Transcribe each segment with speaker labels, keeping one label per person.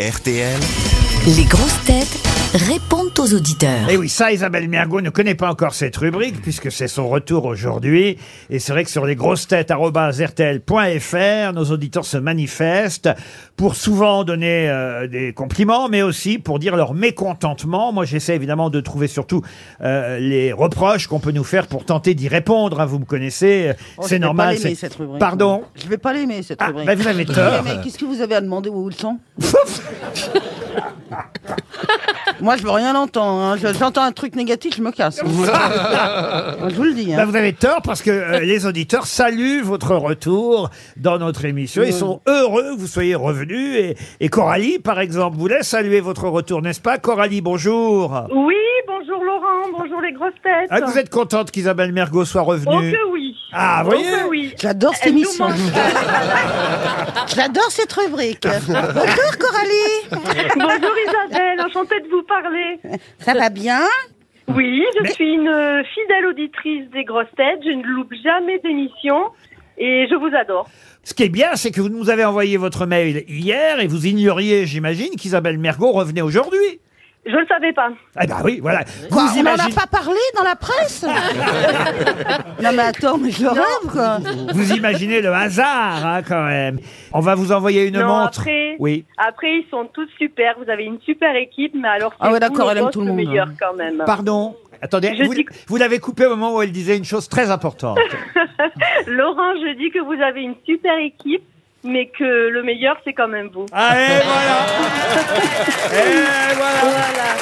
Speaker 1: RTL.
Speaker 2: Les grosses têtes répondent aux auditeurs.
Speaker 3: Et Eh oui, ça, Isabelle Mergot ne connaît pas encore cette rubrique puisque c'est son retour aujourd'hui. Et c'est vrai que sur les grosses nos auditeurs se manifestent pour souvent donner euh, des compliments, mais aussi pour dire leur mécontentement. Moi, j'essaie évidemment de trouver surtout euh, les reproches qu'on peut nous faire pour tenter d'y répondre. hein. vous me connaissez,
Speaker 4: Oh, je
Speaker 3: c'est
Speaker 4: vais pas
Speaker 3: normal.
Speaker 4: l'aimer,
Speaker 3: c'est-
Speaker 4: cette rubrique.
Speaker 3: Pardon.
Speaker 4: Je vais pas l'aimer cette
Speaker 3: Ah,
Speaker 4: rubrique. Eh,
Speaker 3: bah, vous avez tort.
Speaker 4: Mais, mais qu'est-ce que vous avez à demander où ils sont Moi, je veux rien entendre. hein. Je- J'entends un truc négatif, je me casse. Moi, je vous le dis. hein.
Speaker 3: Bah, vous avez tort parce que euh, les auditeurs saluent votre retour dans notre émission. Ils sont heureux que vous soyez revenus. Et, et Coralie, par exemple, voulait saluer votre retour, n'est-ce pas Coralie, bonjour.
Speaker 5: Oui, bonjour Laurent, bonjour les grosses têtes.
Speaker 3: Ah, vous êtes contente qu'Isabelle Mergot soit
Speaker 5: Oh
Speaker 3: revenue
Speaker 5: que oui.
Speaker 3: Ah, vous
Speaker 5: Oh
Speaker 3: voyez
Speaker 5: que oui.
Speaker 4: J'adore cette
Speaker 5: Elle nous
Speaker 4: émission.
Speaker 5: manque.
Speaker 4: J'adore cette rubrique. Bonjour Coralie.
Speaker 5: Bonjour Isabelle, enchantée de vous parler.
Speaker 4: Ça va bien
Speaker 5: Oui, je suis une euh, fidèle auditrice des grosses têtes, je ne loupe jamais d'émission et je vous adore.
Speaker 3: Ce qui est bien, c'est que vous nous avez envoyé votre mail hier et vous ignoriez, j'imagine, qu'Isabelle Mergot revenait aujourd'hui.
Speaker 5: Je le savais pas.
Speaker 3: Eh ben oui, voilà.
Speaker 4: Quoi,
Speaker 3: vous
Speaker 4: On n'en a
Speaker 3: imaginez,
Speaker 4: pas parlé dans la presse Non mais attends, mais je rêve quoi.
Speaker 3: vous imaginez le hasard, hein, quand même. On va vous envoyer une
Speaker 5: Non,
Speaker 3: montre.
Speaker 5: après-
Speaker 3: Oui.
Speaker 5: Après, ils sont tous super, vous avez une super équipe, mais alors c'est
Speaker 4: Ah ouais,
Speaker 5: vous,
Speaker 4: d'accord,
Speaker 5: les
Speaker 4: elle aime
Speaker 5: boss,
Speaker 4: tout le monde,
Speaker 5: meilleur
Speaker 4: hein.
Speaker 5: quand même.
Speaker 3: Pardon. Attendez,
Speaker 5: Je
Speaker 3: vous,
Speaker 5: dis-
Speaker 3: vous l'avez coupé au moment où elle disait une chose très importante.
Speaker 5: Laurent, je dis que vous avez une super équipe, mais que le meilleur c'est quand même vous.
Speaker 3: Ah, et voilà Et voilà
Speaker 5: Voilà.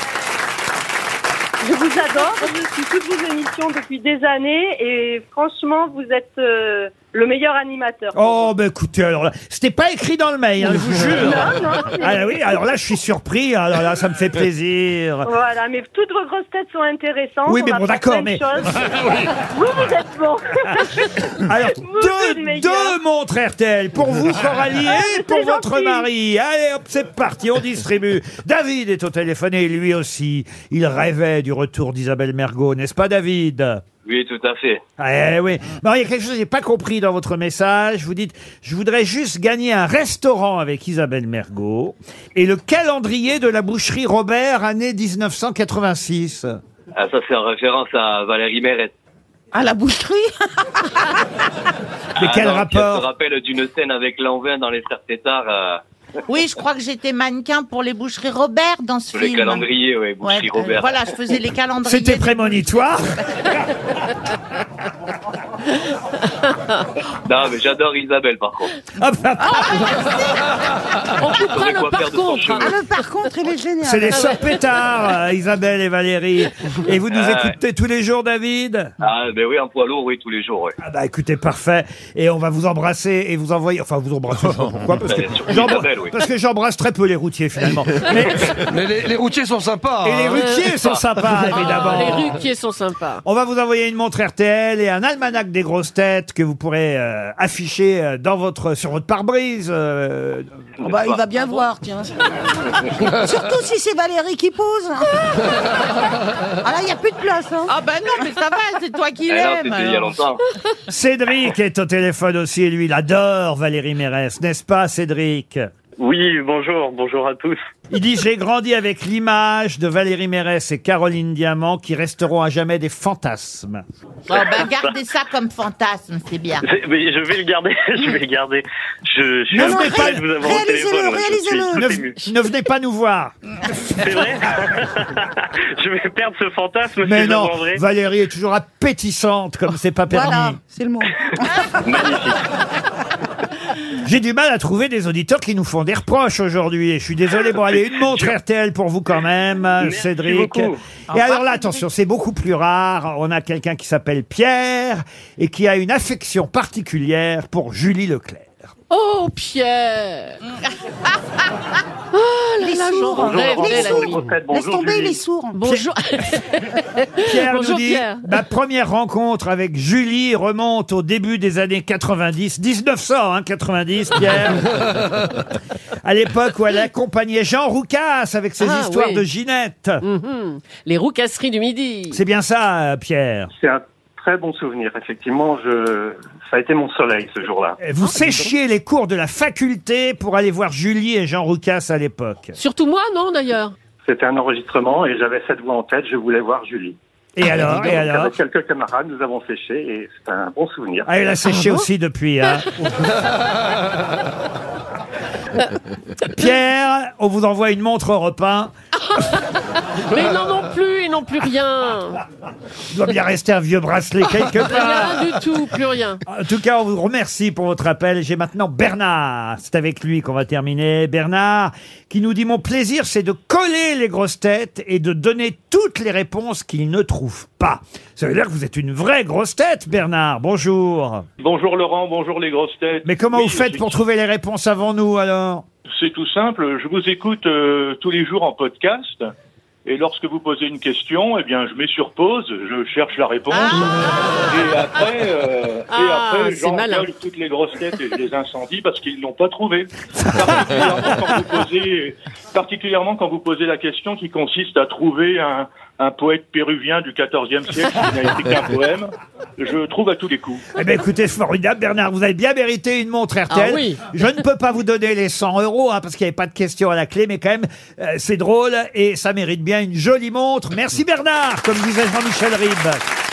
Speaker 5: Je vous adore, je suis toutes vos émissions depuis des années et franchement, vous êtes euh, le meilleur animateur.
Speaker 3: Oh, bah écoutez, alors là, c'était pas écrit dans le mail, hein, je vous jure
Speaker 5: Non, non, mais-
Speaker 3: Ah oui, alors là, je suis surpris, alors là, ça me fait plaisir
Speaker 5: Voilà, mais toutes vos grosses têtes sont intéressantes.
Speaker 3: Oui,
Speaker 5: on
Speaker 3: mais bon,
Speaker 5: apprend
Speaker 3: d'accord,
Speaker 5: plein de
Speaker 3: mais-
Speaker 5: choses. vous, vous êtes bon.
Speaker 3: Alors,
Speaker 5: Vous êtes
Speaker 3: deux,
Speaker 5: meilleurs.
Speaker 3: deux montres RTL pour vous, Coralie, et pour
Speaker 5: C'est
Speaker 3: votre
Speaker 5: gentil.
Speaker 3: mari. Allez, hop, c'est parti, on distribue. David est au téléphone et lui aussi. Il rêvait du retour d'Isabelle Mergot, n'est-ce pas, David
Speaker 6: Oui, tout à fait.
Speaker 3: Eh oui. Non, il y a quelque chose que j'ai pas compris dans votre message. Vous dites, je voudrais juste gagner un restaurant avec Isabelle Mergot et le calendrier de la boucherie Robert, année 1986.
Speaker 6: Ah, ça, c'est en référence à Valérie Mérette.
Speaker 4: À la boucherie
Speaker 6: Ah,
Speaker 3: Mais quel
Speaker 6: Je te
Speaker 3: rapport
Speaker 6: rappelle d'une scène avec Lanvin dans les Serpétards, euh,
Speaker 7: Oui, je crois que j'étais mannequin pour les boucheries Robert dans ce
Speaker 6: sur
Speaker 7: film.
Speaker 6: les calendriers, ouais,
Speaker 7: Ouais,
Speaker 6: Boucherie
Speaker 7: euh,
Speaker 6: Robert.
Speaker 7: voilà, je faisais les calendriers.
Speaker 3: C'était prémonitoire.
Speaker 6: Non, mais j'adore Isabelle, par contre.
Speaker 3: Hop, hop.
Speaker 7: Ah,
Speaker 6: Je savais quoi faire de son cheveu.
Speaker 4: Ah, le, par contre, il est génial.
Speaker 3: C'est les sœurs pétards, euh, Isabelle et Valérie. Et vous nous
Speaker 6: Ah ouais.
Speaker 3: écoutez tous les jours, David
Speaker 6: Ah, ben oui, en poids lourd, oui, tous les jours, oui.
Speaker 3: Ah bah écoutez, parfait. Et on va vous embrasser et vous envoyer... Enfin, vous embrasser, je sais pas pourquoi Parce que
Speaker 6: Bah, surtout
Speaker 3: j'embr-
Speaker 6: Isabelle, oui.
Speaker 3: parce que j'embrasse très peu les routiers, finalement. Mais-
Speaker 8: Mais les, les routiers sont sympas.
Speaker 9: Ah,
Speaker 3: Et les
Speaker 8: hein.
Speaker 3: ruquiers sont sympas, évidemment.
Speaker 9: les ruquiers sont sympas.
Speaker 3: On va vous envoyer une montre RTL et un almanach des grosses têtes que vous pourrez euh, afficher euh, dans votre, sur votre pare-brise. euh.
Speaker 4: Oh, bah, il va bien voir, tiens. Surtout si c'est Valérie qui pose. hein. Ah là, il n'y a plus de place. Hein.
Speaker 7: Ah ben non, mais ça va, c'est toi qui
Speaker 6: Eh non,
Speaker 7: l'aimes.
Speaker 6: c'était il y a
Speaker 7: alors.
Speaker 6: longtemps.
Speaker 3: Cédric est au téléphone aussi, lui, il adore Valérie Mérès, n'est-ce pas, Cédric
Speaker 10: Oui, bonjour, bonjour à tous.
Speaker 3: Il dit J'ai grandi avec l'image de Valérie Mérès et Caroline Diamant qui resteront à jamais des fantasmes.
Speaker 7: Bon, ben gardez ça comme fantasme, c'est bien.
Speaker 10: C'est- Mais je vais le garder, je vais le garder. Je, je suis
Speaker 3: Ne
Speaker 10: un
Speaker 3: venez
Speaker 10: peu
Speaker 3: pas-
Speaker 10: près de vous avoir au
Speaker 4: réalisez-le,
Speaker 10: téléphone, ouais, je suis
Speaker 4: réalisez-le.
Speaker 10: tout
Speaker 3: Ne,
Speaker 10: ému.
Speaker 3: ne venez pas nous voir.
Speaker 10: C'est vrai Je vais perdre ce fantasme
Speaker 3: Mais
Speaker 10: si
Speaker 3: non,
Speaker 10: je vrai.
Speaker 3: Valérie est toujours appétissante comme c'est pas permis.
Speaker 4: Voilà, c'est le mot.
Speaker 3: J'ai du mal à trouver des auditeurs qui nous font des reproches aujourd'hui. Et je suis désolé. Bon, allez, une montre RTL pour vous quand même, Cédric.
Speaker 10: beaucoup.
Speaker 3: Et alors là, attention, c'est beaucoup plus rare. On a quelqu'un qui s'appelle Pierre et qui a une affection particulière pour Julie Leclerc.
Speaker 9: Oh, Pierre
Speaker 7: Oh
Speaker 4: Il est sourd.
Speaker 9: j'en rêve,
Speaker 4: Il est
Speaker 9: Valérie.
Speaker 4: sourd.
Speaker 10: Peut-être,
Speaker 4: Laisse
Speaker 10: bonjour,
Speaker 4: tomber, il est
Speaker 10: Julie.
Speaker 4: sourd.
Speaker 9: Bonjour.
Speaker 3: Pierre
Speaker 9: Bonjour,
Speaker 3: nous dit,
Speaker 9: Pierre.
Speaker 3: ma première rencontre avec Julie remonte au début des années 90, 1900, hein, 90, Pierre. à l'époque où elle accompagnait Jean Roucas avec ses
Speaker 9: Ah,
Speaker 3: histoires
Speaker 9: oui. Mm.
Speaker 3: de Ginette.
Speaker 9: Mhm. Les roucasseries du midi.
Speaker 3: C'est bien ça, euh, Pierre.
Speaker 10: C'est un très bons souvenirs. Effectivement, je... ça a été mon soleil ce jour-là.
Speaker 9: Ah,
Speaker 3: Vous séchiez les cours de la faculté pour aller voir Julie et Jean Roucas à l'époque.
Speaker 9: Surtout moi, non, d'ailleurs.
Speaker 10: C'était un enregistrement et j'avais cette voix en tête, je voulais voir Julie.
Speaker 9: Ah,
Speaker 3: Et
Speaker 9: bah,
Speaker 3: alors, et
Speaker 10: Donc,
Speaker 3: alors
Speaker 10: Avec quelques camarades, nous avons séché et c'est un bon souvenir.
Speaker 3: Ah, elle a séché aussi depuis. hein. Pierre, on vous envoie une montre Europe 1.
Speaker 9: Mais ils n'en ont plus, ils n'ont plus rien.
Speaker 3: Il doit bien rester un vieux bracelet quelque part.
Speaker 9: Rien du tout, plus rien.
Speaker 3: En tout cas, on vous remercie pour votre appel. J'ai maintenant Bernard. C'est avec lui qu'on va terminer. Bernard, qui nous dit Mon plaisir, c'est de coller les grosses têtes et de donner toutes les réponses qu'il ne trouve pas. Ça veut dire que vous êtes une vraie grosse tête, Bernard. Bonjour.
Speaker 1: Bonjour Laurent, bonjour les grosses têtes.
Speaker 3: Mais comment
Speaker 1: Oui,
Speaker 3: vous faites
Speaker 1: c'est-
Speaker 3: pour trouver les réponses avant nous alors
Speaker 1: C'est tout simple, je vous écoute euh, tous les jours en podcast. Et lorsque vous posez une question, eh bien, je mets sur pause, je cherche la réponse. et après, euh, et
Speaker 9: Ah,
Speaker 1: après,
Speaker 9: c'est
Speaker 1: j'engueule
Speaker 9: malin.
Speaker 1: toutes les grosses têtes et je les incendie parce qu'ils n'ont pas trouvé. particulièrement, quand vous posez, particulièrement quand vous posez la question qui consiste à trouver un, un poète péruvien du XIVe siècle qui n'a écrit qu'un poème. Je trouve à tous les coups.
Speaker 3: Eh bien, écoutez, c'est formidable, Bernard. Vous avez bien mérité une montre RTL.
Speaker 9: Ah oui.
Speaker 3: Je ne peux pas vous donner les 100 euros, hein, parce qu'il n'y avait pas de question à la clé, mais quand même, euh, c'est drôle et ça mérite bien une jolie montre. Merci, Bernard, comme disait Jean-Michel Ribes.